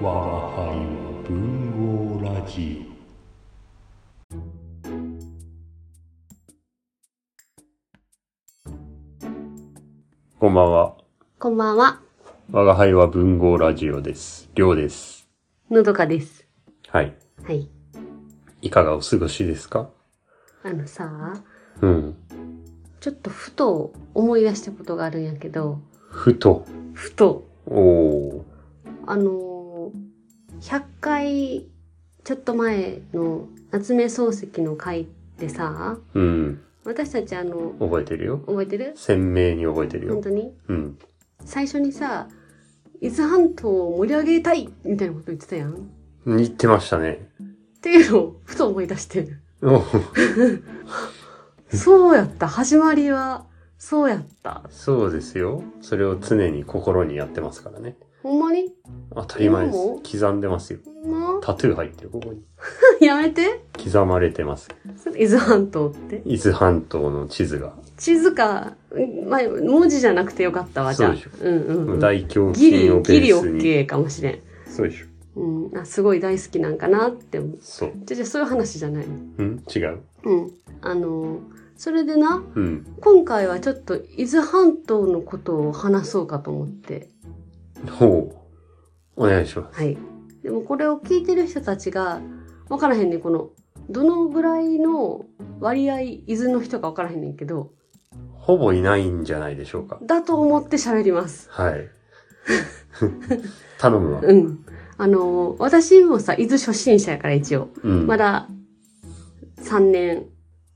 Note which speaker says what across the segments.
Speaker 1: 我が輩は文豪ラジオこんばんは
Speaker 2: こんばんは。
Speaker 1: 我が輩は文豪ラジオですりょうです
Speaker 2: のどかです。
Speaker 1: はい
Speaker 2: はい。
Speaker 1: いかがお過ごしですか
Speaker 2: あのさ、
Speaker 1: うん
Speaker 2: ちょっとふと思い出したことがあるんやけど、
Speaker 1: ふと
Speaker 2: ふと、
Speaker 1: おお
Speaker 2: あのー、100回ちょっと前の夏目漱石の回でさ、
Speaker 1: ーうん
Speaker 2: 私たちあの、
Speaker 1: 覚えてるよ
Speaker 2: 覚えてる
Speaker 1: 鮮明に覚えてる
Speaker 2: 本
Speaker 1: よ
Speaker 2: 当に
Speaker 1: うん
Speaker 2: 最初にさ、伊豆半島を盛り上げたいみたいなこと言ってたやん。っ
Speaker 1: 言ってましたね
Speaker 2: ていうのをふと思い出して。
Speaker 1: お
Speaker 2: そうやった。始まりは、そうやった。
Speaker 1: そうですよそれを常に心にやってますからね
Speaker 2: ほんまに
Speaker 1: 当たり前で
Speaker 2: 今も
Speaker 1: す刻んでますよ
Speaker 2: ほんま
Speaker 1: タトゥー入ってるここに
Speaker 2: やめて。
Speaker 1: 刻まれてます
Speaker 2: そ れ伊豆半島って
Speaker 1: 伊豆半島の地図が、
Speaker 2: 地図か、うんまあ、文字じゃなくてよかったわじゃ
Speaker 1: そ
Speaker 2: あ
Speaker 1: うでしょ
Speaker 2: うんうん、うん、
Speaker 1: 大胸
Speaker 2: ギ
Speaker 1: 筋
Speaker 2: リ
Speaker 1: をベ
Speaker 2: ギリ
Speaker 1: ースに、
Speaker 2: OK かもしれん、
Speaker 1: そうでしょ
Speaker 2: うん、あすごい大好きなんかなって思う
Speaker 1: そう
Speaker 2: じゃあじゃあそういう話じゃない
Speaker 1: うん違う
Speaker 2: うんあのそれでな
Speaker 1: うん
Speaker 2: 今回はちょっと伊豆半島のことを話そうかと思って
Speaker 1: ほうお願いします
Speaker 2: はいでもこれを聞いてる人たちが分からへんねんこのどのぐらいの割合伊豆の人か分からへんねんけど
Speaker 1: ほぼいないんじゃないでしょうか
Speaker 2: だと思って喋ります
Speaker 1: はい 頼むわ
Speaker 2: うん。あの、私もさ、伊豆初心者やから一応。
Speaker 1: うん
Speaker 2: まだ、3年。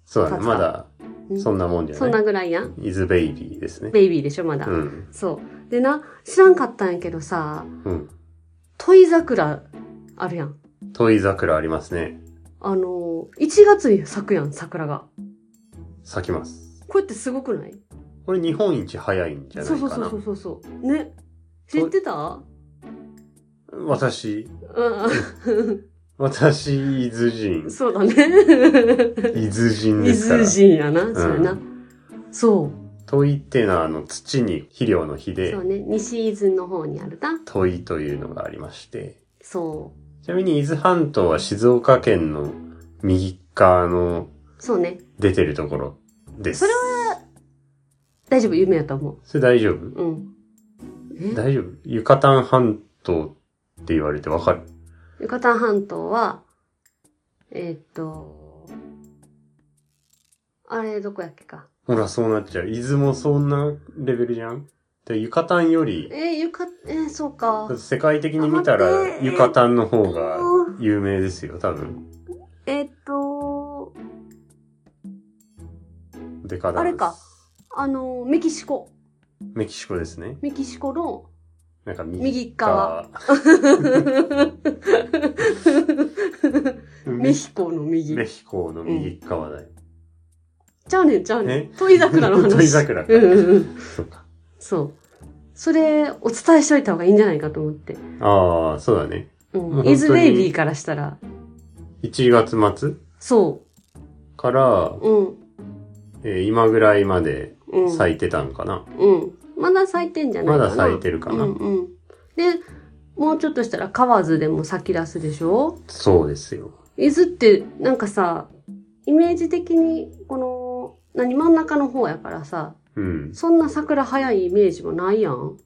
Speaker 1: そうだね
Speaker 2: 立つ
Speaker 1: ま
Speaker 2: か
Speaker 1: だ
Speaker 2: うん
Speaker 1: そんなもんじゃ
Speaker 2: そん
Speaker 1: な
Speaker 2: ないぐらいやん。
Speaker 1: 伊豆ベイビーですね
Speaker 2: ベイビーでしょ、まだ。
Speaker 1: うん
Speaker 2: そう。でな、知らんかったんやけどさ、
Speaker 1: うん
Speaker 2: 恋桜あるやん。
Speaker 1: 遠い桜ありますね
Speaker 2: あの、1月に咲くやん、桜が。
Speaker 1: 咲きます
Speaker 2: これってすごくない
Speaker 1: これ日本一早いんじゃな
Speaker 2: そう
Speaker 1: い
Speaker 2: そう
Speaker 1: かな
Speaker 2: そうそうそう。ね。知ってた
Speaker 1: 私
Speaker 2: う
Speaker 1: 私伊豆人
Speaker 2: ん。そうだね。
Speaker 1: 伊豆人で
Speaker 2: 伊
Speaker 1: すから
Speaker 2: 豆人やな、そうや
Speaker 1: う
Speaker 2: な。そう。
Speaker 1: 問いっていうのはあの土に肥料の肥で
Speaker 2: そうね。西伊豆の方にあるな。
Speaker 1: 問いというのがありまして
Speaker 2: そう。
Speaker 1: ちなみに伊豆半島は静岡県の右側の
Speaker 2: そうね。
Speaker 1: 出てるところです
Speaker 2: それは、大丈夫、夢やと思
Speaker 1: それ大丈夫
Speaker 2: う。うん。え
Speaker 1: 大丈夫ユカタン半島って言われてわかる
Speaker 2: ユカタン半島は、えーっと、あれ、どこやっけか。
Speaker 1: ほらそうなっちゃう伊豆もそんなレベルじゃんでユカタンより
Speaker 2: えー、ゆか、えー、そうか。
Speaker 1: 世界的に見た
Speaker 2: あ
Speaker 1: ら
Speaker 2: 待って
Speaker 1: ユカタンの方が有名ですよ多分
Speaker 2: えーっと、
Speaker 1: でかだ
Speaker 2: あれかあの、メキシコ。
Speaker 1: メキシコですね
Speaker 2: メキシコの、
Speaker 1: なんか
Speaker 2: 右側メ
Speaker 1: メ
Speaker 2: ヒコの右。
Speaker 1: メヒコの右側だよ。
Speaker 2: ちゃうねん、ちゃうね
Speaker 1: え
Speaker 2: ん。鳥桜の 話。
Speaker 1: 鳥桜か
Speaker 2: うんうんうん。
Speaker 1: そうか。
Speaker 2: そう。それ、お伝えしといた方がいいんじゃないかと思って。
Speaker 1: ああ、そうだね。
Speaker 2: う
Speaker 1: 本
Speaker 2: ん。
Speaker 1: 当に
Speaker 2: イズベイビーからしたら、
Speaker 1: 1月末
Speaker 2: そ
Speaker 1: から、
Speaker 2: う。うん。
Speaker 1: えー今ぐらいまで
Speaker 2: うん。
Speaker 1: 咲いてたんかな。
Speaker 2: うん。まだ咲いてんじゃ
Speaker 1: ま
Speaker 2: ないかな。
Speaker 1: だ咲いてるかな。
Speaker 2: うんうん。で、もうちょっとしたら河津でも咲き出すでしょ
Speaker 1: そうですよ。
Speaker 2: 伊豆ってなんかさ、イメージ的に、この、何、真ん中の方やからさ、
Speaker 1: うん。
Speaker 2: そんな桜早いイメージもないやん。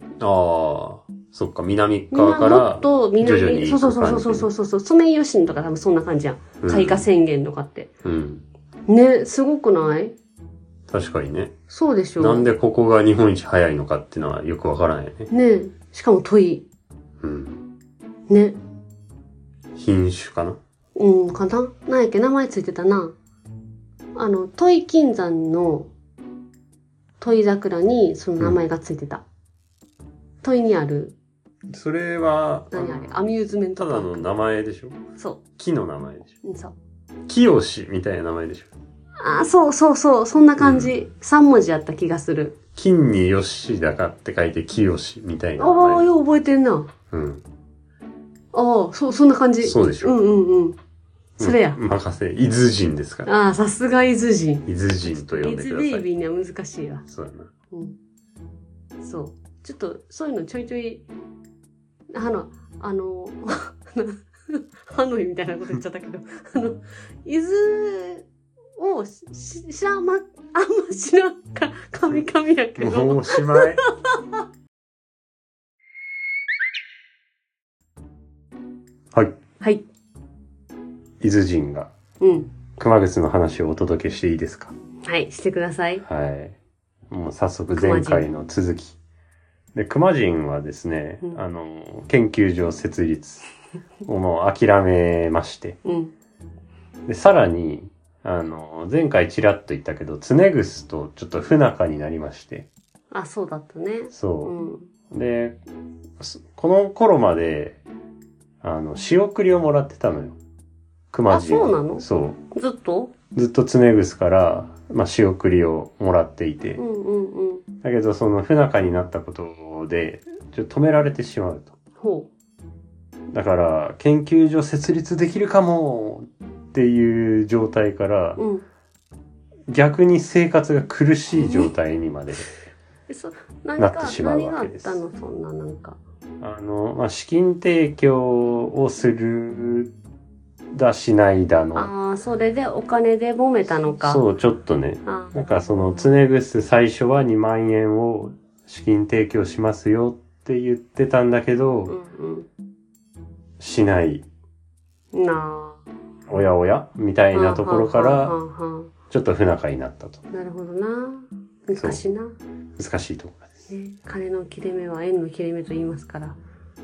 Speaker 1: ああ、そっか、南
Speaker 2: みん
Speaker 1: 側
Speaker 2: な
Speaker 1: か
Speaker 2: もっ
Speaker 1: ら、
Speaker 2: と南
Speaker 1: 徐々に
Speaker 2: に、そうそうそうそうそうそうそう、ソメイヨシノとか多分そんな感じやん。
Speaker 1: うん
Speaker 2: 開花宣言とかって。
Speaker 1: うん。
Speaker 2: ね、すごくない
Speaker 1: 確かにね。
Speaker 2: そうでしょ
Speaker 1: なんでここが日本一早いのかっていうのはよくわからないよね。
Speaker 2: ね、しかも問い。
Speaker 1: うん。
Speaker 2: ね、
Speaker 1: 品種かな。
Speaker 2: うん、かななんやっけ名前ついてたな。あの、トイ金山の、トイ桜にその名前がついてた。トイにある、
Speaker 1: それは、
Speaker 2: 何あれ、
Speaker 1: あ
Speaker 2: アミューズメン
Speaker 1: のた
Speaker 2: ト
Speaker 1: だの名前でしょ
Speaker 2: そ
Speaker 1: 木の名前でしょ
Speaker 2: う、うんそう。
Speaker 1: 清しみたいな名前でしょ
Speaker 2: ああ、そうそうそう、そんな感じ。三3文字やった気がする。
Speaker 1: 金によしだかって書いて清しみたいな名
Speaker 2: ああ、
Speaker 1: 前。
Speaker 2: よう覚えてんな。
Speaker 1: うん。
Speaker 2: ああ、そう、そんな感じ。
Speaker 1: そうでしょ
Speaker 2: うんうんうん。それや。
Speaker 1: うん任せ。伊豆人ですから。
Speaker 2: ああ、さすが伊豆人。
Speaker 1: 伊豆人と呼んで
Speaker 2: 伊
Speaker 1: く
Speaker 2: 豆ベ
Speaker 1: だ
Speaker 2: イ
Speaker 1: さい。
Speaker 2: ビーには難しいわ。
Speaker 1: そうだな。
Speaker 2: うん。そう。ちょっと、そういうのちょいちょい、あの、あの、 ハノイみたいなこと言っちゃったけど、あの、伊豆をしし知らんま、あんま知らんか、かみかみやけど、
Speaker 1: もうおしまい。はい。
Speaker 2: はい。
Speaker 1: 伊豆人が
Speaker 2: うん。
Speaker 1: 熊楠の話をお届けしていいですか
Speaker 2: はい、してください。
Speaker 1: はい。もう早速前回の続き。で、熊人はですね、
Speaker 2: うん
Speaker 1: あの、研究所設立をもう諦めまして。
Speaker 2: うん。
Speaker 1: で、さらに、あの、前回ちらっと言ったけど、常ぐすとちょっと不仲になりまして。
Speaker 2: あ、そうだったね。う
Speaker 1: そ
Speaker 2: ん。
Speaker 1: う。で、すこの頃まで、あの、仕送りをもらってたのよ。熊人。
Speaker 2: あそうなの
Speaker 1: そう。
Speaker 2: ずっと
Speaker 1: ずっと常ぐすから、まあ、仕送りをもらっていて。
Speaker 2: うんうんうん。
Speaker 1: だけどその不仲になったことでちょっと止められてしまうと。
Speaker 2: ほ
Speaker 1: だから研究所設立できるかもっていう状態から
Speaker 2: う。うん。
Speaker 1: 逆に生活が苦しい状態にまで。
Speaker 2: えそ何
Speaker 1: なって
Speaker 2: か
Speaker 1: しまう
Speaker 2: 何が
Speaker 1: わ
Speaker 2: あ
Speaker 1: け
Speaker 2: っ
Speaker 1: です
Speaker 2: たのそんななんか。
Speaker 1: あの、まあ、資金提供をするだしないだの。
Speaker 2: ああ、それでお金で揉めたのか。う。
Speaker 1: そう、ちょっとね。
Speaker 2: あ
Speaker 1: なんかその常ぐす最初は2万円を資金提供しますよって言ってたんだけ
Speaker 2: う
Speaker 1: ど、
Speaker 2: ん
Speaker 1: しない。
Speaker 2: うん。なあ。
Speaker 1: おやおやみたいなところか
Speaker 2: はあ
Speaker 1: ら
Speaker 2: は、あはあは
Speaker 1: ちょっと不仲になったと。
Speaker 2: あなるほどな。昔な。
Speaker 1: 難しいところです。
Speaker 2: ね、金の切れ目は縁の切れ目と言いますから。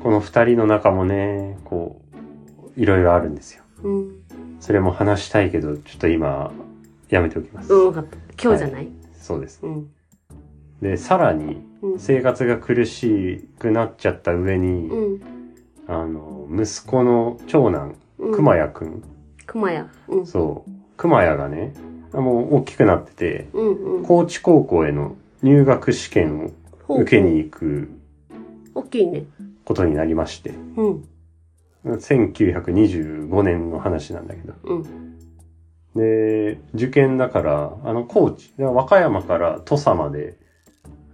Speaker 1: この二人の仲もね、こう、いろいろあるんですよ。
Speaker 2: うん。
Speaker 1: それも話したいけど、ちょっと今、やめておきます。
Speaker 2: うん、わかった。今日じゃない。
Speaker 1: そうです。
Speaker 2: うん。
Speaker 1: で、さらに、
Speaker 2: うん。
Speaker 1: 生活が苦しくなっちゃった上に、
Speaker 2: うん。
Speaker 1: あの、息子の長男、
Speaker 2: うん
Speaker 1: 熊。谷くん。
Speaker 2: 熊谷。うん。
Speaker 1: そう。熊谷がね、もう大きくなってて、
Speaker 2: うんうん。
Speaker 1: 高知高校への入学試験
Speaker 2: ほ
Speaker 1: を
Speaker 2: う
Speaker 1: 受け。に行く
Speaker 2: 大きいね。
Speaker 1: ことになりまして、
Speaker 2: うん。
Speaker 1: 1925年の話なんだけど、
Speaker 2: うん。
Speaker 1: で、受験だから、あの、高知、で和歌山から土佐まで、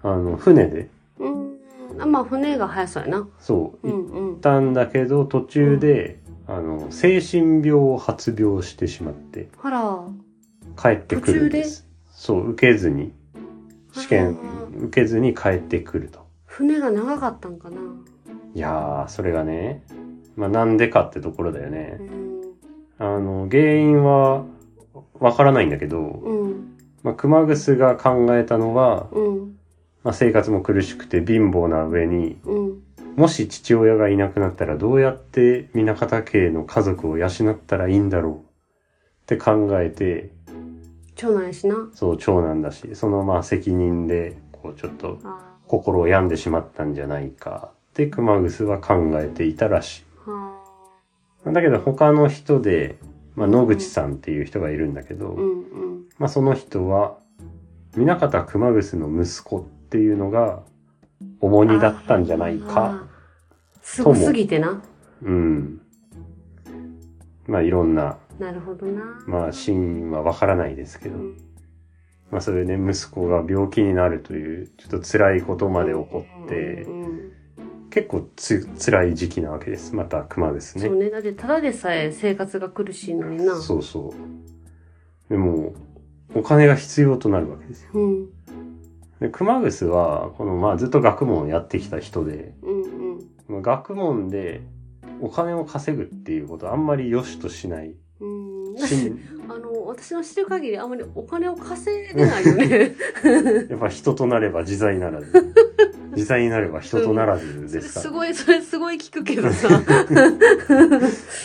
Speaker 1: あの、船で、
Speaker 2: うん。あまあ、船が速そうやな。
Speaker 1: そう、
Speaker 2: う
Speaker 1: 行っ
Speaker 2: んうん。
Speaker 1: たんだけど、途中で、あの、精神病を発病してしまって、
Speaker 2: ほら。
Speaker 1: 帰ってくるんです。そう、受けずに、試験
Speaker 2: あ
Speaker 1: 受けずに帰ってくると。
Speaker 2: 船が長かったんかな。う
Speaker 1: いやー、それがね、まあ、なんでかってところだよね。
Speaker 2: ん。
Speaker 1: あの、原因は、わからないんだけど、
Speaker 2: うん。
Speaker 1: まあ、熊楠が考えたのは、
Speaker 2: うん。
Speaker 1: まあ、生活も苦しくて貧乏な上に、
Speaker 2: うん。
Speaker 1: もし父親がいなくなったらどうやって南方家の家族を養ったらいいんだろうって考えて、
Speaker 2: 長男やしな。
Speaker 1: そう長男だし、そのまあ責任で、こうちょっと
Speaker 2: あー
Speaker 1: 心を病んでしまったんじゃないかって熊楠は考えていたらし
Speaker 2: あ
Speaker 1: い。だけど他の人で、まあ野口さんっていう人がいるんだけ
Speaker 2: ー。う
Speaker 1: ど、
Speaker 2: んうん。
Speaker 1: まあその人は、南方熊楠の息子っていうのが重荷だったんじゃないか
Speaker 2: あー。すごすぎてな。
Speaker 1: うん。まあいろんな、
Speaker 2: なるほどな。
Speaker 1: まあ真因はわからないですけ
Speaker 2: う
Speaker 1: ど、
Speaker 2: ん
Speaker 1: まあそれで息子が病気になるという、ちょっと辛いことまで起こって
Speaker 2: う、んうんうん
Speaker 1: 結構つ辛い時期なわけです。また熊です
Speaker 2: そ
Speaker 1: ね
Speaker 2: う。ね。だってただでさえ生活が苦しいのにな。
Speaker 1: そうそう。でも、お金が必要となるわけですよ。
Speaker 2: うん。
Speaker 1: で熊楠は、このまあずっと学問をやってきた人で、
Speaker 2: うんうん
Speaker 1: まあ学問でお金を稼ぐっていうことはあんまり良しとしない。
Speaker 2: うん。
Speaker 1: し
Speaker 2: あの、私の知る限りあんまりお金を稼いでないよね。
Speaker 1: やっぱ人となれば自在ならず。 自在になれば人とならずですから。
Speaker 2: すごい、それすごい聞くけどさ。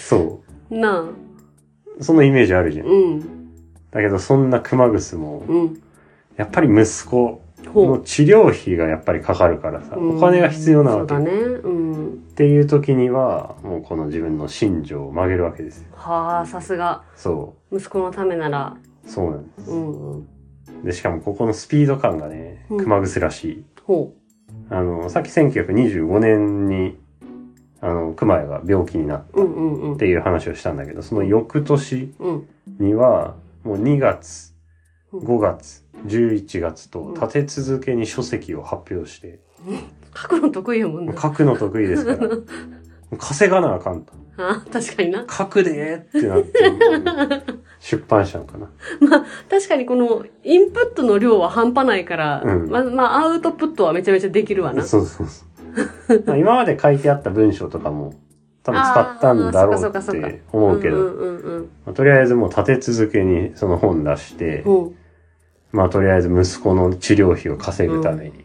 Speaker 1: そ
Speaker 2: なあ。
Speaker 1: う。そのイメージあるじゃん。
Speaker 2: うん。
Speaker 1: だけどそんな熊楠も、
Speaker 2: うん。
Speaker 1: やっぱり息子
Speaker 2: ほ
Speaker 1: の
Speaker 2: う。
Speaker 1: 治療費がやっぱりかかるからさ、
Speaker 2: うん
Speaker 1: お金が必要なわけ。
Speaker 2: そう
Speaker 1: っ
Speaker 2: だね。うん。
Speaker 1: ていう時には、もうこの自分の心情を曲げるわけですよ。
Speaker 2: はあ、さすが。
Speaker 1: そ
Speaker 2: 息子のためなら。
Speaker 1: う。そうなんで
Speaker 2: うんうん。
Speaker 1: す。で、しかもここのスピード感がね、
Speaker 2: うん
Speaker 1: 熊楠らしい。
Speaker 2: ほ
Speaker 1: あの、さっき1925年に、あの、熊谷が病気になっ
Speaker 2: う。うんうんうん
Speaker 1: て。いう話をしたんだけど、その翌年、
Speaker 2: うん。
Speaker 1: にはもう2月
Speaker 2: うん
Speaker 1: 5月11月と
Speaker 2: うん
Speaker 1: 立て続けに書籍を発表して、
Speaker 2: 書くの得意やもんな。
Speaker 1: 書くの得意ですから稼がなあかんと。
Speaker 2: あ確かにな。
Speaker 1: 書くでーってな って、出版社かな。
Speaker 2: 確かにこのインプットの量は半端ないから、
Speaker 1: うん
Speaker 2: ま、まあアウトプットはめちゃめちゃできるわな。
Speaker 1: そうそうそう。まあ今まで書いてあった文章とかも多分使ったんだろ
Speaker 2: あーそうっか
Speaker 1: っ
Speaker 2: そっかそ
Speaker 1: て思うけど、
Speaker 2: うんうんうん
Speaker 1: まあとりあえずもう立て続けにその本出して、
Speaker 2: うん。うん
Speaker 1: まあとりあえず息子の治療費を稼ぐために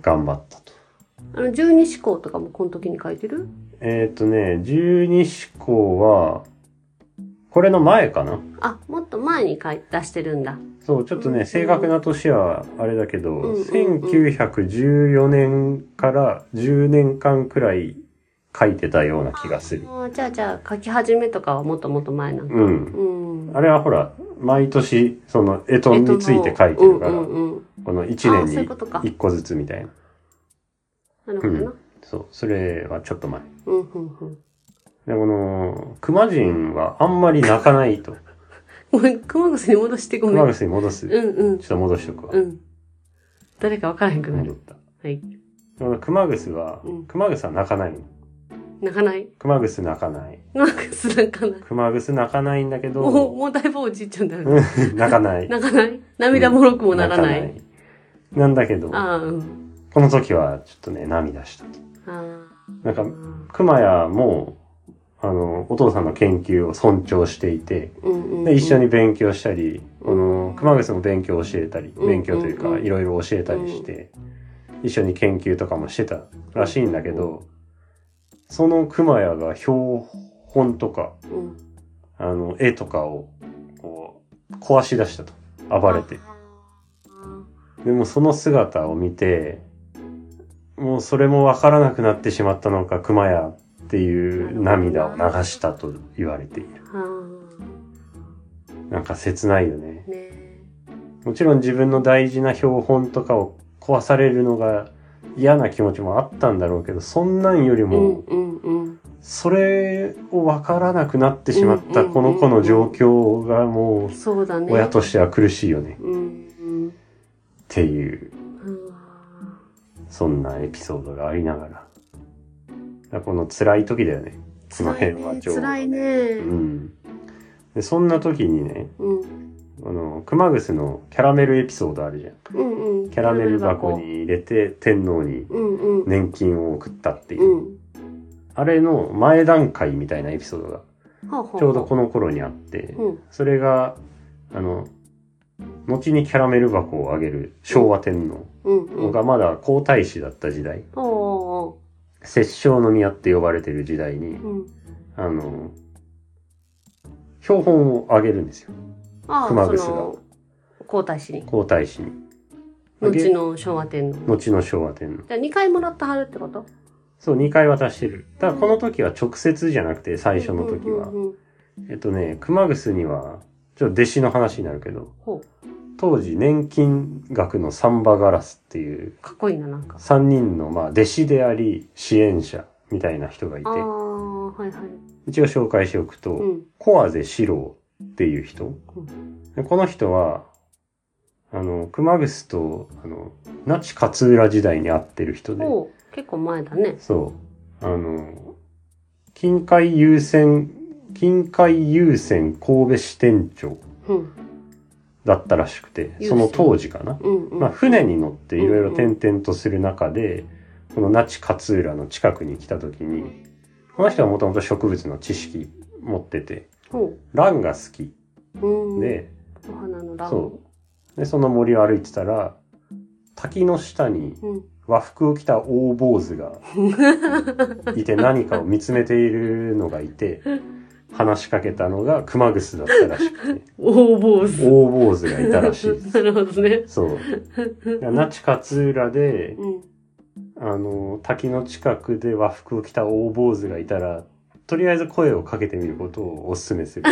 Speaker 1: 頑張ったと。
Speaker 2: あの、十二思考とかもこの時に書いてる
Speaker 1: えっ、とね、十二指向は、これの前かな
Speaker 2: あ、もっと前に書い出してるんだ。
Speaker 1: そう、ちょっと
Speaker 2: うんう
Speaker 1: ね、
Speaker 2: ん
Speaker 1: 正確な年はあれだけど、
Speaker 2: うんうんうん
Speaker 1: 1914年から10年間くらい書いてたような気がする。
Speaker 2: あーじゃあじゃあ書き始めとかはもっともっと前なんだ。
Speaker 1: うん。
Speaker 2: うん。
Speaker 1: あれはほら、毎年、その、エト
Speaker 2: えっ
Speaker 1: ン
Speaker 2: と
Speaker 1: について書いてるから、
Speaker 2: うんうんうん、
Speaker 1: この
Speaker 2: あ
Speaker 1: 1
Speaker 2: ーそうい
Speaker 1: 年
Speaker 2: う
Speaker 1: に
Speaker 2: ことか。
Speaker 1: 1個ずつみたいな。
Speaker 2: なるほどな。
Speaker 1: そう、それはちょっと前。
Speaker 2: うん、うん、うん。
Speaker 1: で、この、熊人はあんまり泣かないと。
Speaker 2: ごめん、熊楠に戻してごめん。
Speaker 1: 熊
Speaker 2: うん
Speaker 1: 楠に戻す。ちょ
Speaker 2: うん。
Speaker 1: っと戻しとくわ。
Speaker 2: うん。誰か分からへんくな
Speaker 1: 戻っ
Speaker 2: る。
Speaker 1: た。
Speaker 2: はい。
Speaker 1: この熊楠は
Speaker 2: うん、
Speaker 1: 熊楠は泣かないの。
Speaker 2: 泣かない。
Speaker 1: 熊楠泣かない。
Speaker 2: なんかす泣かない。
Speaker 1: 熊楠泣かないんだけ
Speaker 2: もう、
Speaker 1: ど、
Speaker 2: もうだいぶおじいちゃんだよね。
Speaker 1: 泣か ない。
Speaker 2: 泣かない涙もろくもならない。
Speaker 1: 泣かないなんだけど、
Speaker 2: ああ、うん。
Speaker 1: この時はちょっとね、涙した。
Speaker 2: あ
Speaker 1: なん
Speaker 2: あ
Speaker 1: か、。熊谷も、あの、お父さんの研究を尊重していて、
Speaker 2: うんうん、
Speaker 1: で、一緒に勉強したり、
Speaker 2: う
Speaker 1: こ
Speaker 2: ん
Speaker 1: の、熊楠も勉強を教えたり、
Speaker 2: うん
Speaker 1: 勉強という
Speaker 2: うん
Speaker 1: か、
Speaker 2: うん
Speaker 1: いろいろ教えたりして、一緒に研究とかもしてたらしいんだけど、その熊谷が標本とか、
Speaker 2: うん、
Speaker 1: あの、絵とかを、こう、壊し出したと。暴れて。
Speaker 2: あ
Speaker 1: でもその姿を見て、もうそれもわからなくなってしまったのか、熊谷っていう涙を流したと言われている。
Speaker 2: あ。
Speaker 1: なんか切ないよね。
Speaker 2: ねえ。
Speaker 1: もちろん自分の大事な標本とかを壊されるのが嫌な気持ちもあったんだろうけど、そんなんより
Speaker 2: う
Speaker 1: も、
Speaker 2: んうんうん。
Speaker 1: それをわからなくなってしまったこの子の状況がも
Speaker 2: そうだね。
Speaker 1: う、親としては苦しいよね。
Speaker 2: うん
Speaker 1: っていう。
Speaker 2: うん。
Speaker 1: そんなエピソードがありながら。だからこの辛い時だよね。この辺はちょうど
Speaker 2: 辛いね。
Speaker 1: う
Speaker 2: 辛いね
Speaker 1: ん。で、そんな時にね、
Speaker 2: うん
Speaker 1: あの、熊楠のキャラメルエピソードあるじゃん。
Speaker 2: うんうん。
Speaker 1: キャラメル箱。に入れて天皇に
Speaker 2: うんうん。
Speaker 1: 年金を送ったっていうう。
Speaker 2: ん。
Speaker 1: あれの前段階みたいなエピソードが
Speaker 2: はあはあ
Speaker 1: ちょうどこの頃にあって、
Speaker 2: うん。
Speaker 1: それが、あの、後にキャラメル箱をあげる昭和天
Speaker 2: うんう
Speaker 1: 皇
Speaker 2: ん。
Speaker 1: がまだ皇太子だった時代、
Speaker 2: おお
Speaker 1: 摂政の宮って呼ばれてる時代に
Speaker 2: ー。、うん。
Speaker 1: あの、標本をあげるんですよ。
Speaker 2: あ
Speaker 1: 熊
Speaker 2: あ、
Speaker 1: 楠が
Speaker 2: その、皇太子に。
Speaker 1: 皇太子に。あげ
Speaker 2: 後の昭和天皇。
Speaker 1: 後の昭和天皇。
Speaker 2: じゃあ2回もらったはるってこと
Speaker 1: そう、2回渡してる。ただこの時は直接じゃなくて、最初の時は
Speaker 2: うん。うんうん
Speaker 1: えっとね、熊楠には、ちょっと弟子の話になるけど、
Speaker 2: ほ
Speaker 1: 当時年金額のサンバガラスっていう、
Speaker 2: う。かっこいいな、なんか。
Speaker 1: 3人のまあ弟子であり、支援者みたいな人がいて
Speaker 2: あ、あ、はいはい。
Speaker 1: 一応紹介しておくと、
Speaker 2: うん。
Speaker 1: 小アゼ四郎っていう人
Speaker 2: う。
Speaker 1: でこの人は、あの、熊楠と、あの、那智勝浦時代に会ってる人で、
Speaker 2: ほう。結構前だね。
Speaker 1: そう。あの、近海優先、近海優先神戸支店長
Speaker 2: うん。
Speaker 1: だったらしくて、
Speaker 2: 優先
Speaker 1: その当時かな。
Speaker 2: うんうん。
Speaker 1: まあ、船に乗っていろいろ転々とする中で、この那智勝浦の近くに来た時
Speaker 2: う
Speaker 1: に、
Speaker 2: ん。
Speaker 1: この人はもともと植物の知識持ってて、
Speaker 2: ほ
Speaker 1: ランが好き
Speaker 2: う。うん。
Speaker 1: で、
Speaker 2: お花のラブ。
Speaker 1: そう。で、その森を歩いてたら、滝の下に
Speaker 2: う。うん。
Speaker 1: 和服を着た大坊主 がいて何かを見つめているのがいて、話しかけたのが熊楠だったらしくて、
Speaker 2: 大坊主。
Speaker 1: 大坊主がいたらしいです。
Speaker 2: なるほどね。
Speaker 1: そう。だから那智勝浦で、
Speaker 2: うん。
Speaker 1: あの、滝の近くで和服を着た大坊主がいたら、とりあえず声をかけてみることをお勧めする。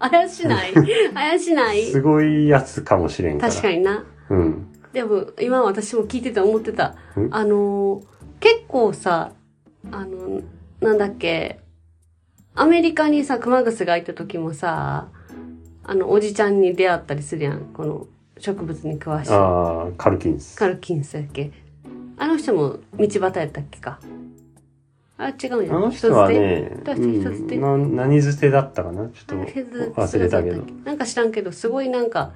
Speaker 2: 怪しない 怪しない
Speaker 1: すごいやつかもしれんから。
Speaker 2: 確かにな。
Speaker 1: に。うん。
Speaker 2: でも、今私も聞いてて思ってた
Speaker 1: ん。
Speaker 2: あのー、結構さ、あの、なんだっけ、アメリカにさ、熊楠がいた時もさ、あの、おじちゃんに出会ったりするやん。この、植物に詳しい。
Speaker 1: ああ、カルキンス。
Speaker 2: カルキンスだっけ。あの人も道端やったっけか。あ、違うん
Speaker 1: あ
Speaker 2: や。
Speaker 1: の人は
Speaker 2: 人捨て
Speaker 1: ね、
Speaker 2: 人捨て人捨て
Speaker 1: うん、な何捨てだったかなちょ
Speaker 2: なん
Speaker 1: っ
Speaker 2: かヘズ
Speaker 1: と忘れたけ
Speaker 2: ヘズだ
Speaker 1: ど
Speaker 2: っ。なんか知らんけど、すごいなんか、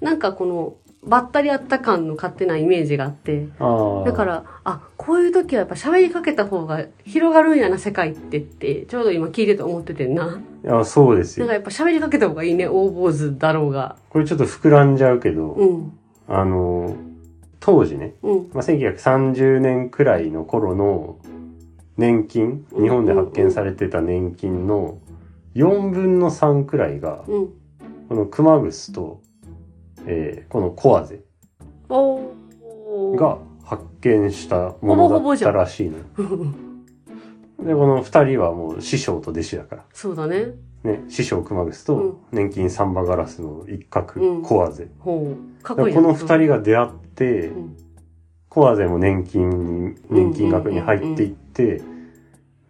Speaker 2: なんかこの、ばったり会った感の勝手なイメージがあって。
Speaker 1: ああ。
Speaker 2: だから、あ、こういう時はやっぱ喋りかけた方が広がるんやな、世界ってって、ちょうど今聞いてて思っててんな。
Speaker 1: ら。あそうです
Speaker 2: な
Speaker 1: よ
Speaker 2: んか。やっぱ喋りかけた方がいいね、大坊主だろうが。
Speaker 1: これちょっと膨らんじゃうけど、
Speaker 2: うん。
Speaker 1: あの、当時ね、
Speaker 2: うん。
Speaker 1: まあ、1930年くらいの頃の年金、
Speaker 2: うん
Speaker 1: 日本で発見されてた年金の4分の3くらいが、
Speaker 2: うん。
Speaker 1: この熊楠と、えーこのコアゼ
Speaker 2: おー。
Speaker 1: が発見したもの
Speaker 2: ほぼほ
Speaker 1: だ
Speaker 2: ぼ
Speaker 1: っ
Speaker 2: じゃ
Speaker 1: た
Speaker 2: ん
Speaker 1: らしいの。で、この二人はもう師匠と弟子だか
Speaker 2: そうだね。
Speaker 1: ら。ね、師匠熊楠
Speaker 2: うん
Speaker 1: と年金サンバガラスの一
Speaker 2: う
Speaker 1: 角、
Speaker 2: ん
Speaker 1: コアゼ。
Speaker 2: ほう。かっ
Speaker 1: だか
Speaker 2: こいい
Speaker 1: ら
Speaker 2: な
Speaker 1: この二人が出会って、
Speaker 2: うん
Speaker 1: コアゼも年金に、年金額に入っていって、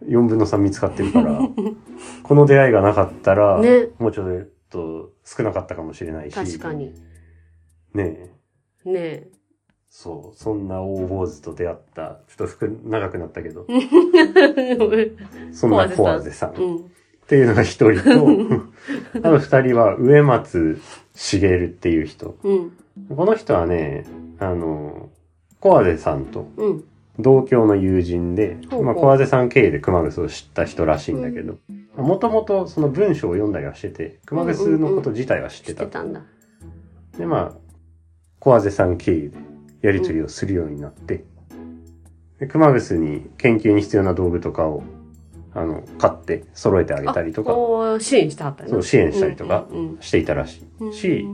Speaker 1: 4分の3見つかってるから、この出会いがなかったら、
Speaker 2: ね。
Speaker 1: もうちょっと少なかったかもしれないし、
Speaker 2: 確かに。
Speaker 1: ねえ
Speaker 2: ね え。
Speaker 1: そう、そんな大坊主と出会った、ちょっと服長くなったけど、そんなコアゼさんっ
Speaker 2: うん。
Speaker 1: ていうのが一人 と、あと二人は植松茂っていう人。
Speaker 2: うん。
Speaker 1: この人はね、あの、コアゼさんと
Speaker 2: うん。同
Speaker 1: 同郷の友人で、
Speaker 2: ほうほう
Speaker 1: まあ、小畔さん経由で熊楠を知った人らしいんだけど、もともとその文章を読んだりはしてて、熊楠のこと自体は知っ
Speaker 2: 知
Speaker 1: て。
Speaker 2: ったてたんだ。
Speaker 1: で、まあ、小畔さん経由でやり取りをするようになって、で熊楠に研究に必要な道具とかを、あの、買って揃えてあげたりと
Speaker 2: あ
Speaker 1: か、
Speaker 2: こう支援してはったりな
Speaker 1: そう支援したりとか
Speaker 2: うん
Speaker 1: していたらしい。
Speaker 2: うんうん
Speaker 1: し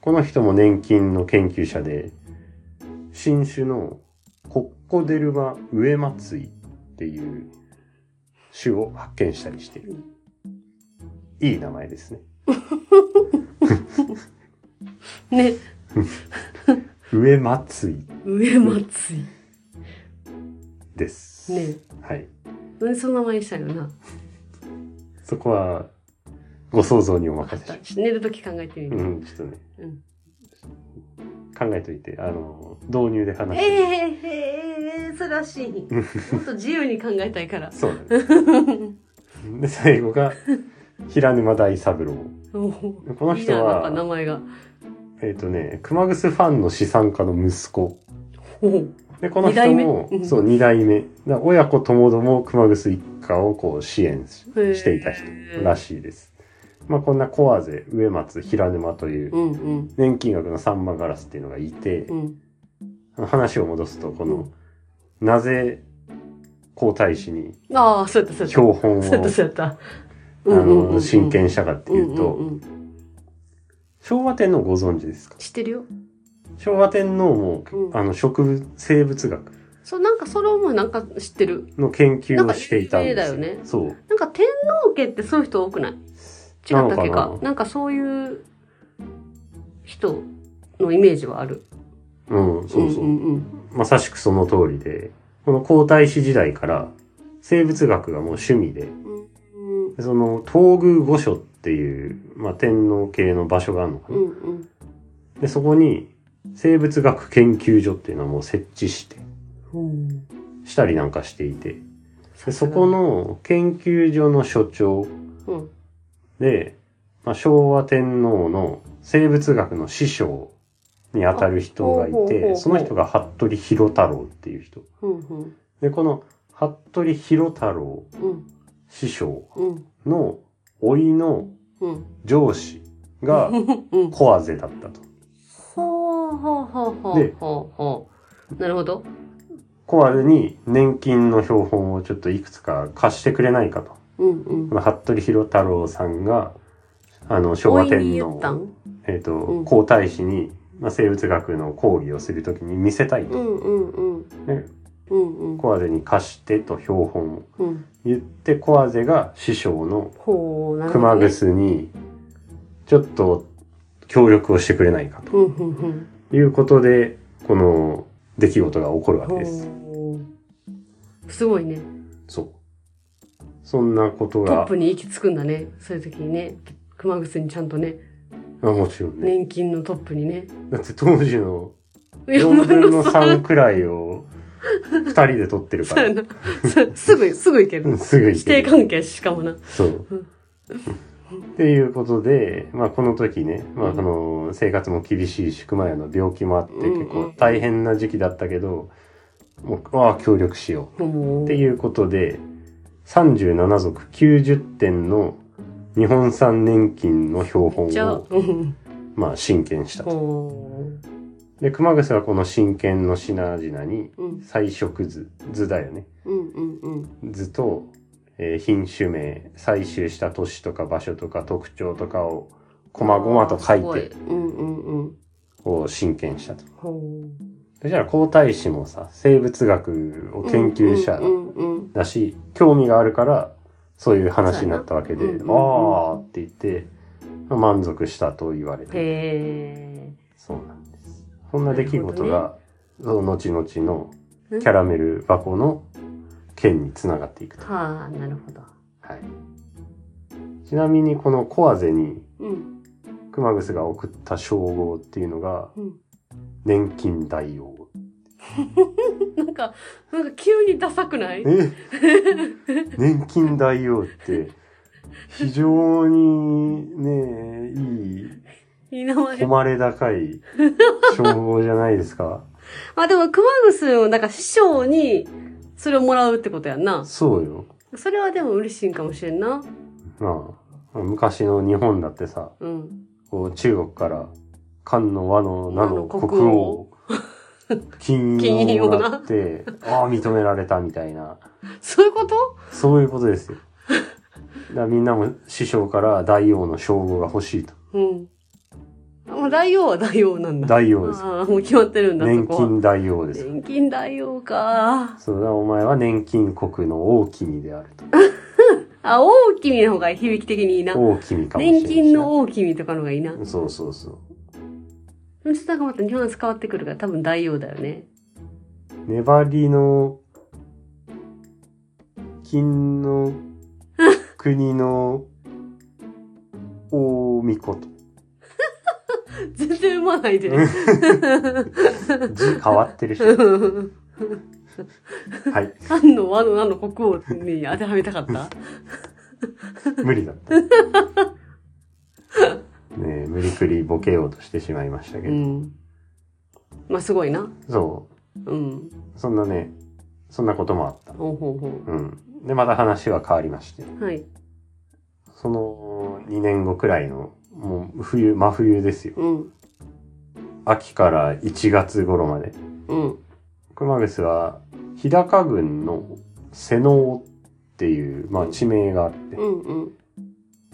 Speaker 1: この人も年金の研究者で、新種のコッコデルマウエマツイっていう種を発見したりしてる。いい名前ですね。
Speaker 2: ね、
Speaker 1: ウエマツイ
Speaker 2: 上松井。
Speaker 1: です。
Speaker 2: ね
Speaker 1: はい。
Speaker 2: なんでその名前にしたんやろな。
Speaker 1: そこは、ご想像にお任せします。
Speaker 2: 寝るとき考えてみ
Speaker 1: う
Speaker 2: る。
Speaker 1: ん、ちょっとね、
Speaker 2: うん
Speaker 1: 考えといて、あの、導入で話
Speaker 2: え
Speaker 1: して。
Speaker 2: えええええそれはしい。もっと自由に考えたいから。
Speaker 1: そうだね。で、最後が、平沼大三郎。
Speaker 2: おー
Speaker 1: この
Speaker 2: いい
Speaker 1: 人
Speaker 2: な、なん
Speaker 1: は
Speaker 2: か、名前が。
Speaker 1: えっ、とね、熊楠ファンの資産家の息子。
Speaker 2: ほう。
Speaker 1: で、この
Speaker 2: 二
Speaker 1: 人
Speaker 2: 代目
Speaker 1: も
Speaker 2: う、ん
Speaker 1: そう、二代目。だから親子ともども熊楠一家をこう支援し
Speaker 2: へー
Speaker 1: していた人らしいです。まあ、こんなコアゼ、植松、平沼という
Speaker 2: う、んうん。
Speaker 1: 年金額の三万ガラスっていうのがいて
Speaker 2: う、ん。
Speaker 1: 話を戻すと、こ
Speaker 2: う
Speaker 1: の、なぜ、皇太子に
Speaker 2: ああ、そうやった、そうやっ
Speaker 1: 標本を、
Speaker 2: た。そうやった、そうやった。
Speaker 1: あの、親権したかって
Speaker 2: うん
Speaker 1: い
Speaker 2: うん
Speaker 1: う
Speaker 2: うん
Speaker 1: と、
Speaker 2: うんうん
Speaker 1: 昭和天皇ご存知ですか
Speaker 2: 知ってるよ。
Speaker 1: 昭和天皇も
Speaker 2: う、ん
Speaker 1: あの、植物、生物学
Speaker 2: そう、なんかそれもなんか知ってる。
Speaker 1: の研究をしていたんです
Speaker 2: なんか有名だよね
Speaker 1: そう。
Speaker 2: なんか天皇家ってそういう人多くない違ったっけか
Speaker 1: なのか
Speaker 2: な
Speaker 1: なん
Speaker 2: かそういう人のイメージはある。
Speaker 1: うん、そうそう。
Speaker 2: んうん
Speaker 1: まさしくその通りで、この皇太子時代から生物学がもう趣味で、
Speaker 2: うん。うん
Speaker 1: その東宮御所っていう、まあ、天皇系の場所があるのか
Speaker 2: う
Speaker 1: な。
Speaker 2: んうん
Speaker 1: で、そこに生物学研究所っていうのをもう設置して、
Speaker 2: うん。
Speaker 1: したりなんかしていて、で
Speaker 2: さす
Speaker 1: そ
Speaker 2: が
Speaker 1: こ、の研究所の所長
Speaker 2: うん。
Speaker 1: で、まあ、昭和天皇の生物学の師匠にあたる人がい
Speaker 2: あほうほうほうほ
Speaker 1: て、
Speaker 2: う
Speaker 1: その人が服部博太郎っていう人。
Speaker 2: うんうん
Speaker 1: で、この服部博太郎
Speaker 2: うん
Speaker 1: 師匠
Speaker 2: うん
Speaker 1: の老いの
Speaker 2: うん。
Speaker 1: 上司 が
Speaker 2: うん。
Speaker 1: コアゼだったと。
Speaker 2: ほうほうほうほう
Speaker 1: で
Speaker 2: ほうほう。なるほど。
Speaker 1: コアゼに年金の標本をちょっといくつか貸してくれないかと。
Speaker 2: うんうん
Speaker 1: こ。の服部博太郎さんが、あの、昭和
Speaker 2: おいに
Speaker 1: 天
Speaker 2: 言った
Speaker 1: 皇、
Speaker 2: ん
Speaker 1: えっ、
Speaker 2: う
Speaker 1: と、
Speaker 2: ん
Speaker 1: 皇太子に、まあ、生物学の講義をするときに見せたいと
Speaker 2: う。んうんうん。
Speaker 1: ね
Speaker 2: うんうん。
Speaker 1: コアゼに貸してと標本を
Speaker 2: うん。
Speaker 1: 言って、コアゼが師匠の
Speaker 2: ほう、なるほど
Speaker 1: 熊
Speaker 2: ね。
Speaker 1: 楠に、ちょっと協力をしてくれないかと。
Speaker 2: うんうんうん。
Speaker 1: いうことで、この出来事が起こるわけです。
Speaker 2: ほうすごいね。
Speaker 1: そう。そんなこと
Speaker 2: トッ
Speaker 1: が
Speaker 2: プ、に行き着くんだね。そういう時にね。熊楠にちゃんとね、
Speaker 1: あもちろんね。
Speaker 2: 年金のトップにね。
Speaker 1: だって当時の
Speaker 2: 4
Speaker 1: 4分の3くらいを二人で撮ってるか
Speaker 2: そう
Speaker 1: ら
Speaker 2: や。な。そうすぐ、すぐ行け
Speaker 1: う
Speaker 2: る
Speaker 1: ん。すぐ行
Speaker 2: 指
Speaker 1: け
Speaker 2: 定
Speaker 1: る。
Speaker 2: 関係しかもな。
Speaker 1: そう。っていうことで、まあこの時ね、まあ
Speaker 2: うん
Speaker 1: この生活も厳しいし、熊谷の病気もあって
Speaker 2: うんうん
Speaker 1: 結構大変な時期だったけど、もう、ああ、協力しよ
Speaker 2: も
Speaker 1: う。っ
Speaker 2: う
Speaker 1: ていうことで、37族90点の日本産年金の標本
Speaker 2: じゃあ
Speaker 1: を、、
Speaker 2: うん。
Speaker 1: まあ、親権したと。
Speaker 2: ほ
Speaker 1: で、熊楠はこの親権の品々に、
Speaker 2: ううん。
Speaker 1: 菜食図、図だよね。
Speaker 2: うんうんうん。
Speaker 1: 図と、えー品種名、採集した都市とか場所とか特徴とかを、細々と書
Speaker 2: すご
Speaker 1: い
Speaker 2: い
Speaker 1: て、
Speaker 2: うんうんうん。
Speaker 1: を親権したと。
Speaker 2: ほう。
Speaker 1: そしたら皇太子もさ、生物学を研究者
Speaker 2: うんうん
Speaker 1: だし、興味があるから、そういう話になったわけで、
Speaker 2: そうやなうんうんうん
Speaker 1: あーって言って、まあ満足したと言われ
Speaker 2: へ
Speaker 1: て、
Speaker 2: え。
Speaker 1: そうなんです。そんな出来事
Speaker 2: なる
Speaker 1: が、その後々の
Speaker 2: うん
Speaker 1: キャラメル箱の件につながっていくと。
Speaker 2: はあ、なるほど。
Speaker 1: はい。ちなみにこのコアゼに
Speaker 2: うん。
Speaker 1: 熊楠が送った称号っていうのが、
Speaker 2: うん。
Speaker 1: 年金大王。
Speaker 2: なんか、なんか急にダサくない
Speaker 1: え 年金大王って、非常にね、
Speaker 2: いい名前
Speaker 1: いい、。誉れ高い称号じゃないですか。
Speaker 2: あ、でも、熊楠を、なんか師匠に、それをもらうってことやんな。
Speaker 1: そうよ。
Speaker 2: それはでも嬉しいんかもしれんな。
Speaker 1: まあ、昔の日本だってさ、
Speaker 2: うん。
Speaker 1: こう中国から、漢の和の名の
Speaker 2: 和
Speaker 1: 国
Speaker 2: の国王
Speaker 1: 王、金
Speaker 2: 金
Speaker 1: 印
Speaker 2: 印を
Speaker 1: を
Speaker 2: な
Speaker 1: なって、ああ、認められたみたいな。
Speaker 2: そういうこと
Speaker 1: そういうことですよ。だからみんなも師匠から大王の称号が欲しいと。
Speaker 2: うん。あもう大王は大王なんだ。
Speaker 1: 大王です。
Speaker 2: ああ、もう決まってるんだ、そ
Speaker 1: 年
Speaker 2: こは。
Speaker 1: 金大王です。
Speaker 2: 年金大王か。
Speaker 1: そうだ、お前は年金国の大君であると。
Speaker 2: あ、大君の方が響き的にいいな。
Speaker 1: 大君かもしれない。
Speaker 2: 年金の大君とかの方がいいな。ちょ
Speaker 1: そうそうそう。
Speaker 2: っとなんかまたニュアンス変わってくるから、多分大王だよね。
Speaker 1: 粘りの、金の国の大巫女と。
Speaker 2: 全然生まない で。
Speaker 1: 字変わってるし。
Speaker 2: う
Speaker 1: はい。
Speaker 2: ん。の和の名の国王に当てはめたかった
Speaker 1: 無理だった。ねえ、無理くりボケようとしてしまいましたけ
Speaker 2: う
Speaker 1: ど。
Speaker 2: ん。まあすごいな。
Speaker 1: そ
Speaker 2: うん。
Speaker 1: う。そんなね、そんなこともあった。
Speaker 2: ほうほうほ
Speaker 1: うん。で、また話は変わりまして。
Speaker 2: う。はい。
Speaker 1: その2年後くらいの、もう冬、真冬ですよ。
Speaker 2: うん。
Speaker 1: 秋から1月頃まで。
Speaker 2: うん。
Speaker 1: 熊楠は日高郡の瀬能っていう、まあ、地名があって、
Speaker 2: うんうん。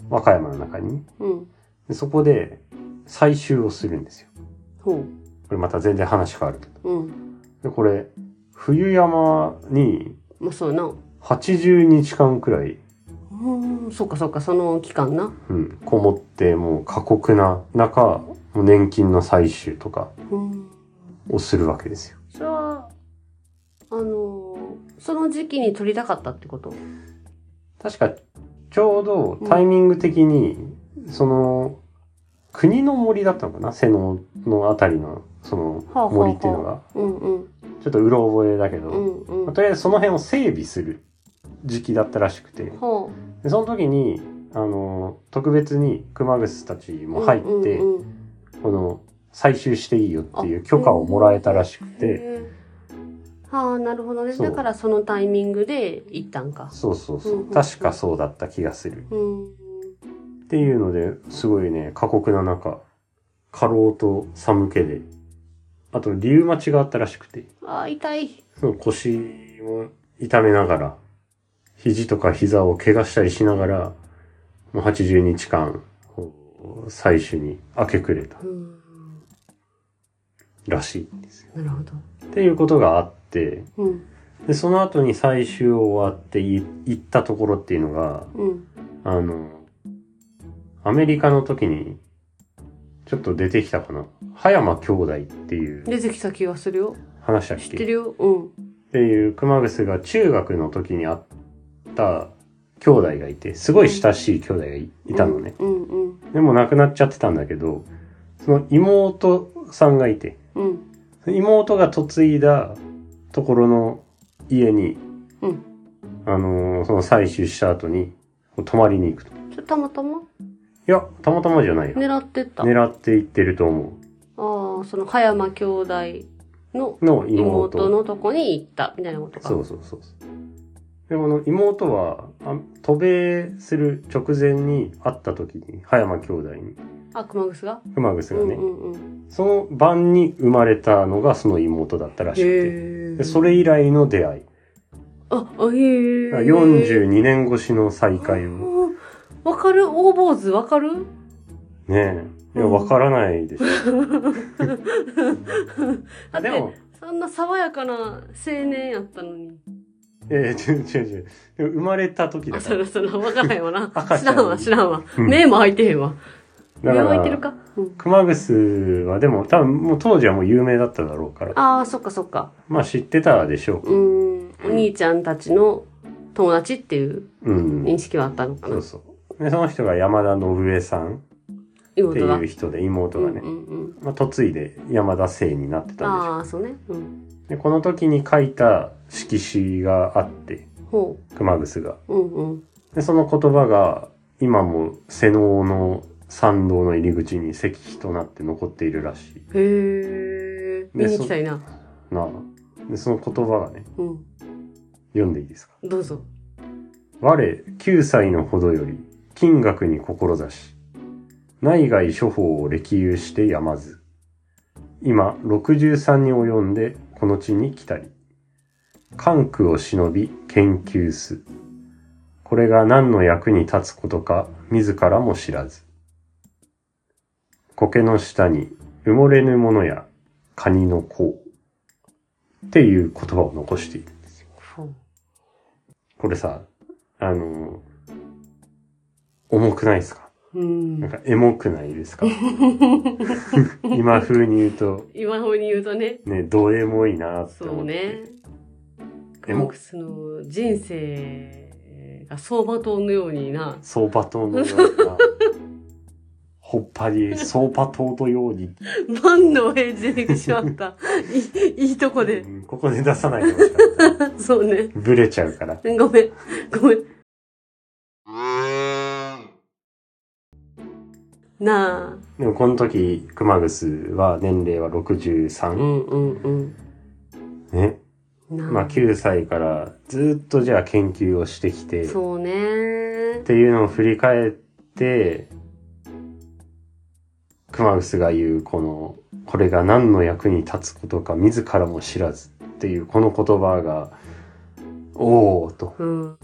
Speaker 1: 和歌山の中にね
Speaker 2: うん。
Speaker 1: でそこで採集をするんですよ。
Speaker 2: ほ
Speaker 1: これまた全然話変わるけど。
Speaker 2: う。うん。
Speaker 1: で、これ、冬山に
Speaker 2: まあそうやな。
Speaker 1: 80日間くらい、
Speaker 2: うん。そっかそっか、その期間な。
Speaker 1: うん、こもって、もう過酷な中、もう年金の採集とか
Speaker 2: うん。
Speaker 1: をするわけですよ。
Speaker 2: それは、あのーその時期に取りたかったってこと
Speaker 1: 確か、ちょうどタイミング的に、その、国の森だったのかな瀬野のあたりの、そ
Speaker 2: はあはあ
Speaker 1: の
Speaker 2: はあ
Speaker 1: 森っていうのが。
Speaker 2: うんうん。
Speaker 1: ちょっとうろ覚えだけど、
Speaker 2: うんうん。
Speaker 1: まあ
Speaker 2: は
Speaker 1: とりあえずその辺を整備する時期だったらしくて、
Speaker 2: あ。
Speaker 1: でその時に、あの、特別に熊楠たちも入って、
Speaker 2: うんうん
Speaker 1: この、採集していいよっていう許可をもらえたらしく
Speaker 2: うん、
Speaker 1: て、
Speaker 2: へーはあ、なるほどね。
Speaker 1: そう
Speaker 2: だからそのタイミングで行ったんか。
Speaker 1: そうそうそう
Speaker 2: うんうんうん
Speaker 1: 確かそうだった気がする。
Speaker 2: うん。
Speaker 1: っていうので、すごいね、過酷な中、過労と寒気で、あと、リウマチがあったらしくて、
Speaker 2: ああ、痛い。
Speaker 1: その腰を痛めながら、肘とか膝を怪我したりしながら、もう80日間、こう採取に明け暮れた
Speaker 2: うん。
Speaker 1: らしいんですよ。
Speaker 2: なるほど。
Speaker 1: っていうことがあって、
Speaker 2: うん。
Speaker 1: で、その後に採集を終わってい行ったところっていうのが、
Speaker 2: うん。
Speaker 1: あの、アメリカの時に、ちょっと出てきたかな。葉山兄弟っていう
Speaker 2: 出てきた気がするよ。
Speaker 1: 話だっ
Speaker 2: 知って
Speaker 1: けっ
Speaker 2: るよ。うん。
Speaker 1: ていう熊楠が中学の時に会った兄弟がいて、すごい親しい兄弟がいいたのね。
Speaker 2: うんうん
Speaker 1: でも亡くなっちゃってたんだけど、その妹さんがいて、
Speaker 2: うん。
Speaker 1: 妹が嫁いだところの家に、
Speaker 2: うん
Speaker 1: あのーその採取した後に、泊まりに行くと。い
Speaker 2: ちょたまたま
Speaker 1: や、たまたまじゃないよ。
Speaker 2: 狙ってった。
Speaker 1: 狙っていってると思
Speaker 2: ああ、その、葉山兄弟の
Speaker 1: う。の妹。
Speaker 2: 妹のとこに行った、みたいなことか。
Speaker 1: そうそうそうそう。でもあの妹は、あ渡米する直前に会った時に、葉山兄弟に、
Speaker 2: あ、熊楠が、
Speaker 1: 熊楠
Speaker 2: う
Speaker 1: が
Speaker 2: ん
Speaker 1: ね、
Speaker 2: うんうん。
Speaker 1: その晩に生まれたのがその妹だったらしくて、で
Speaker 2: え。
Speaker 1: それ以来の出会い。
Speaker 2: あ、あへえ。
Speaker 1: 42年越しの再会を。
Speaker 2: うんわかる大坊主わかる
Speaker 1: ねえ。いや、
Speaker 2: うん
Speaker 1: わからないでしょ。
Speaker 2: だって
Speaker 1: でも、
Speaker 2: そんな爽やかな青年やったのに。
Speaker 1: えー、違う違う違う。でも生まれた時
Speaker 2: あ、
Speaker 1: だか
Speaker 2: そ
Speaker 1: ら。
Speaker 2: らそら、わからへんわな
Speaker 1: 赤。
Speaker 2: 知
Speaker 1: ちゃん
Speaker 2: らんわ、知らんわ。
Speaker 1: うん
Speaker 2: 目も開いてへんわ。目
Speaker 1: だか
Speaker 2: も開いてる
Speaker 1: ら、
Speaker 2: か。うん、
Speaker 1: 熊楠はでも多分もう当時はもう有名だっただろうから、
Speaker 2: ああ、そっかそっか。
Speaker 1: まあ知ってたでしょ
Speaker 2: うーん。お兄ちゃんたちの友達っていう
Speaker 1: う。うん。
Speaker 2: 認識はあったのか
Speaker 1: そ
Speaker 2: な
Speaker 1: う。そう。で、その人が山田信江さんって
Speaker 2: 妹が。
Speaker 1: いう人で、妹がね
Speaker 2: う、んうん
Speaker 1: まあ、嫁いで山田姓になって
Speaker 2: うん、
Speaker 1: たんでしょ
Speaker 2: ああ、そうね。うん。
Speaker 1: う。で、この時に書いた色紙があって、
Speaker 2: ほ
Speaker 1: 熊楠が。
Speaker 2: う。うんうん。
Speaker 1: で、その言葉が、今も瀬能の参道の入り口に石碑となって残っているらし
Speaker 2: へえ。見に行きたいな。
Speaker 1: いな。で、その言葉がね、
Speaker 2: うん。
Speaker 1: 読んでいいですか。
Speaker 2: どうぞ。
Speaker 1: 我、9歳のほどより、金額に志。内外処方を歴遊してやまず。今、63に及んで、この地に来たり。関空を忍び、研究す。これが何の役に立つことか、自らも知らず。苔の下に、埋もれぬものや、カニの甲。っていう言葉を残している。
Speaker 2: ほう。
Speaker 1: これさ、あの、重くないですか
Speaker 2: うん
Speaker 1: なん。かエモくないです か今風に言うと、
Speaker 2: 今風に言うとね。
Speaker 1: ね、どエモいなって
Speaker 2: そ
Speaker 1: 思
Speaker 2: う
Speaker 1: って。
Speaker 2: ね。
Speaker 1: で
Speaker 2: ク
Speaker 1: も
Speaker 2: マクスの人生が相馬灯のようにな。
Speaker 1: 相場塔のような。ほっぱり、相場塔のように。
Speaker 2: 万能平時でできてしま った。いいいいとこで
Speaker 1: う。んここで出さないでほしかっ
Speaker 2: そうね。
Speaker 1: た。ブレちゃうから。
Speaker 2: ごめん。ごめん。なあ。
Speaker 1: でもこの時、熊楠は年齢は
Speaker 2: う
Speaker 1: 63。
Speaker 2: んうん
Speaker 1: ね。
Speaker 2: うん。なあ。
Speaker 1: まあ9歳からずっとじゃあ研究をしてきて。
Speaker 2: そうね
Speaker 1: っ。ていうのを振り返って、熊楠が言うこの、これが何の役に立つことか自らも知らずっていうこの言葉が、おおと。
Speaker 2: うん。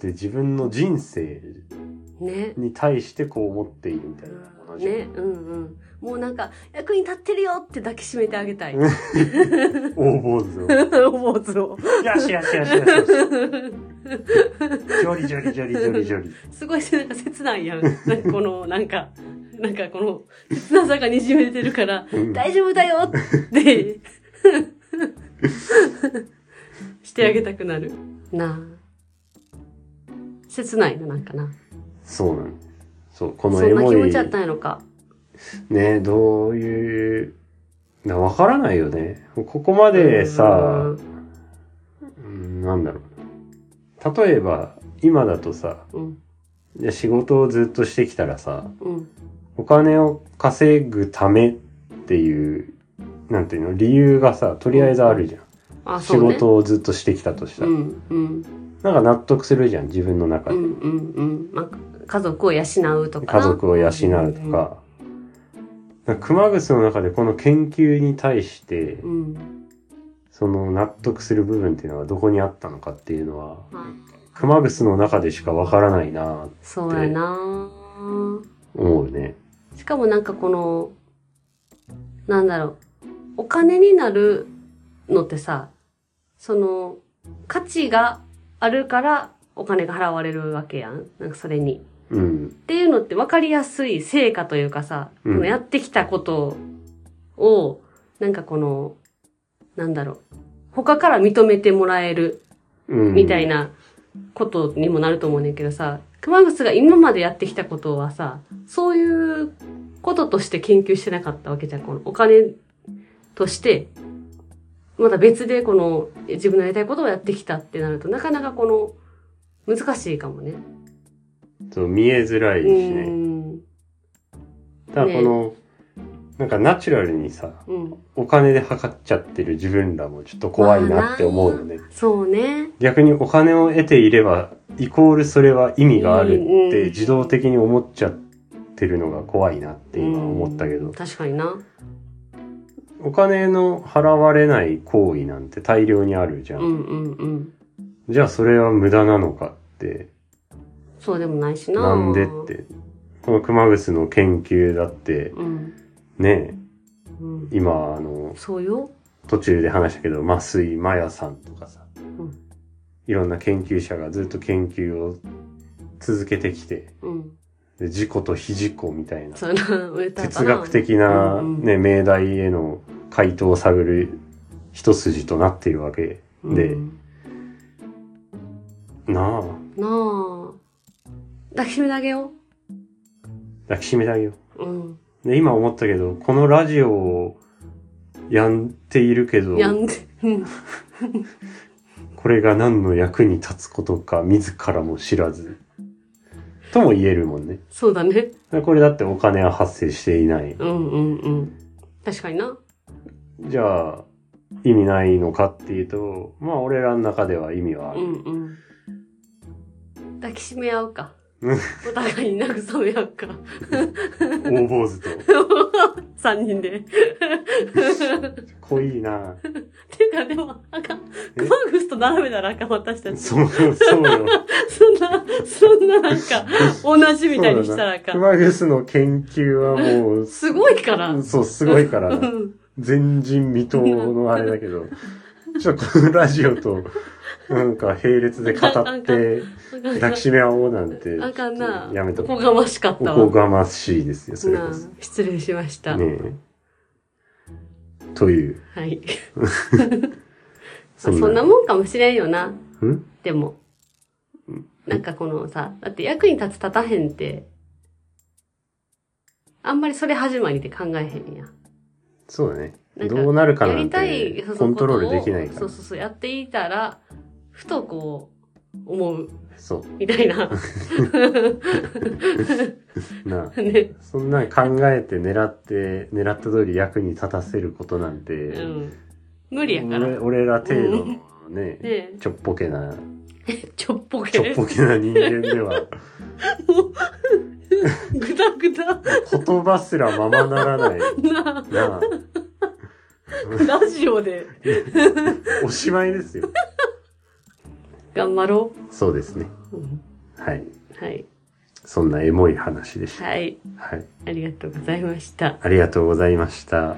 Speaker 1: で、自分の人生
Speaker 2: ね。
Speaker 1: に対してこう思っているみたいなものじゃん
Speaker 2: ね。うんうん。もうなんか、役に立ってるよって抱きしめてあげ たい。
Speaker 1: うん大坊主を。
Speaker 2: 思う
Speaker 1: よ
Speaker 2: ぞ。
Speaker 1: しよしよしよしよし。ジョリジョリジョリジョリジョリ。
Speaker 2: すごいなんか切ないやん。 なんかこの、なんか、なんかこの、切なさがにじめてるから、
Speaker 1: うん
Speaker 2: 大丈夫だよって、 してあげたくなる。なあ。切ないな、なんかな。
Speaker 1: そうなんです。そう、この
Speaker 2: そ
Speaker 1: エ
Speaker 2: んな
Speaker 1: モ
Speaker 2: 気持
Speaker 1: い
Speaker 2: ちあっ、たんやろか。
Speaker 1: ね、どういう、なわからないよね。ここまでさ、うんなんだろうな例えば今だとさ
Speaker 2: うん、
Speaker 1: いや仕事をずっとしてきたらさ
Speaker 2: うん、
Speaker 1: お金を稼ぐためっていうなんていうの理由がさとりあえずあるじゃん、
Speaker 2: あ、
Speaker 1: 仕
Speaker 2: そうね。
Speaker 1: 事をずっとしてきたとした
Speaker 2: う
Speaker 1: ら、
Speaker 2: ん、うん、
Speaker 1: なんか納得するじゃん自分の中
Speaker 2: う
Speaker 1: で、
Speaker 2: ん、うん、うん。まあ、家族を養うとかな。
Speaker 1: 家族を養うとか,、なんか熊楠の中でこの研究に対して、
Speaker 2: うん。
Speaker 1: その納得する部分っていうのはどこにあったのかっていうのは
Speaker 2: まあ
Speaker 1: 熊楠の中でしかわからないなぁ
Speaker 2: そうやな
Speaker 1: 思うね
Speaker 2: しかもなんかこの、なんだろう、お金になるのってさ、その、価値があるからお金が払われるわけやん。なんかそれに。
Speaker 1: うん
Speaker 2: っていうのって分かりやすい成果というかさ、
Speaker 1: うん
Speaker 2: このやってきたことを、なんかこの、なんだろう、他から認めてもらえるみたい
Speaker 1: な。
Speaker 2: なことにもなると思うねんけどさ、熊楠が今までやってきたことはさ、そういうこととして研究してなかったわけじゃん。このお金としてまた別でこの自分のやりたいことをやってきたってなると、なかなかこの、難しいかもね。
Speaker 1: そう見えづらいし
Speaker 2: う
Speaker 1: ね。
Speaker 2: ん。
Speaker 1: ただこの、なんかナチュラルにさ、
Speaker 2: うん。
Speaker 1: お金で測っちゃってる自分らもちょっと怖いなって思うよね。
Speaker 2: そうね。
Speaker 1: 逆にお金を得ていれば、イコールそれは意味がある
Speaker 2: う
Speaker 1: っ
Speaker 2: んうん
Speaker 1: て自動的に思っちゃってるのが怖いなって今思ったけ
Speaker 2: う
Speaker 1: ど
Speaker 2: ん、確かにな。
Speaker 1: お金の払われない行為なんて大量にあるじゃ。
Speaker 2: うんんうんうん。
Speaker 1: じゃあそれは無駄なのかって、
Speaker 2: そうでもないしな。
Speaker 1: なんでっ。て。この熊楠の研究だって、
Speaker 2: うん。
Speaker 1: ね
Speaker 2: うん、
Speaker 1: 今、あの、
Speaker 2: そうよ。
Speaker 1: 途中で話したけど、麻酔麻也さんとかさ、
Speaker 2: ん
Speaker 1: いろんな研究者がずっと研究を続けてきて、
Speaker 2: うん。
Speaker 1: で事故と非事故みたいな、
Speaker 2: そうやな。売れたかな
Speaker 1: 哲学。的な、
Speaker 2: うんうん
Speaker 1: ね、命題への回答を探る一筋となっているわけで、
Speaker 2: うん
Speaker 1: なあ、
Speaker 2: なあ。抱きしめてあげよ
Speaker 1: 抱きしめてあげよ
Speaker 2: う。うん。
Speaker 1: う。で、今思ったけど、このラジオをやっているけど、
Speaker 2: やんで。うん。
Speaker 1: これが何の役に立つことか自らも知らず、とも言えるもんね。
Speaker 2: そうだね。
Speaker 1: これだってお金は発生していない。
Speaker 2: うんうんうん。確かにな。
Speaker 1: じゃあ、意味ないのかっていうと、まあ俺らの中では意味はあ
Speaker 2: う
Speaker 1: る。
Speaker 2: んうん。抱きしめ合うか
Speaker 1: う。
Speaker 2: お互いに慰め合うか。
Speaker 1: 大坊主と。
Speaker 2: 三人で。
Speaker 1: 濃い な
Speaker 2: ていうかでも、あかん。
Speaker 1: え
Speaker 2: クマグスと並べたらあかん、私たち。そ
Speaker 1: そう、そうよ。
Speaker 2: んな、そんななんか、同じ みたいにしたらあかん。
Speaker 1: 熊楠の研究はもう、
Speaker 2: すごいから。う
Speaker 1: そう、すごいからな。
Speaker 2: ん。
Speaker 1: 前人未到のあれだけ ど、ちょっとこのラジオと、なんか並列で語って、抱きしめ合おうなんて、
Speaker 2: あかんな。
Speaker 1: やめと
Speaker 2: お
Speaker 1: こ
Speaker 2: こ
Speaker 1: う。
Speaker 2: がましかっ
Speaker 1: お
Speaker 2: た
Speaker 1: こ
Speaker 2: わ。
Speaker 1: がましいですよ、それ
Speaker 2: な
Speaker 1: こ
Speaker 2: あ
Speaker 1: そ。
Speaker 2: 失礼しました。
Speaker 1: ねえ。という。
Speaker 2: はい。
Speaker 1: そ
Speaker 2: そ
Speaker 1: ん
Speaker 2: ん
Speaker 1: な
Speaker 2: なもんかもしれんよな。
Speaker 1: ん
Speaker 2: でも。なんかこのさ、だって役に立つ立たへんって、あんまりそれ始まりで考えへんやん。
Speaker 1: そうだね。
Speaker 2: なんか
Speaker 1: どうなるか
Speaker 2: や
Speaker 1: な
Speaker 2: り
Speaker 1: ん
Speaker 2: たい
Speaker 1: て、
Speaker 2: その
Speaker 1: コントロール
Speaker 2: こと
Speaker 1: で
Speaker 2: を
Speaker 1: きないか
Speaker 2: そ
Speaker 1: ら
Speaker 2: う。そうそう、やっていたら、ふとこう、思う、
Speaker 1: そ
Speaker 2: みた いな。
Speaker 1: う。なあ
Speaker 2: ね。
Speaker 1: そんなん考えて狙って、狙った通り役に立たせることなん
Speaker 2: う
Speaker 1: て、
Speaker 2: ん。無理やから。
Speaker 1: 俺
Speaker 2: ね
Speaker 1: 俺ら程度のね、
Speaker 2: え
Speaker 1: ちょっぽけな、
Speaker 2: ちょっぽ
Speaker 1: ち
Speaker 2: け
Speaker 1: ょっ。ぽけな人間で は、
Speaker 2: ぐだぐだ。
Speaker 1: 言葉すらままならない。
Speaker 2: な
Speaker 1: なあ、
Speaker 2: あ、ラジオで
Speaker 1: おしまいですよ。
Speaker 2: 頑張ろ
Speaker 1: そうですね。
Speaker 2: う。うん
Speaker 1: はい。
Speaker 2: はい。
Speaker 1: そんなエモい話でした。
Speaker 2: はい。
Speaker 1: はい。
Speaker 2: ありがとうございました。
Speaker 1: ありがとうございました。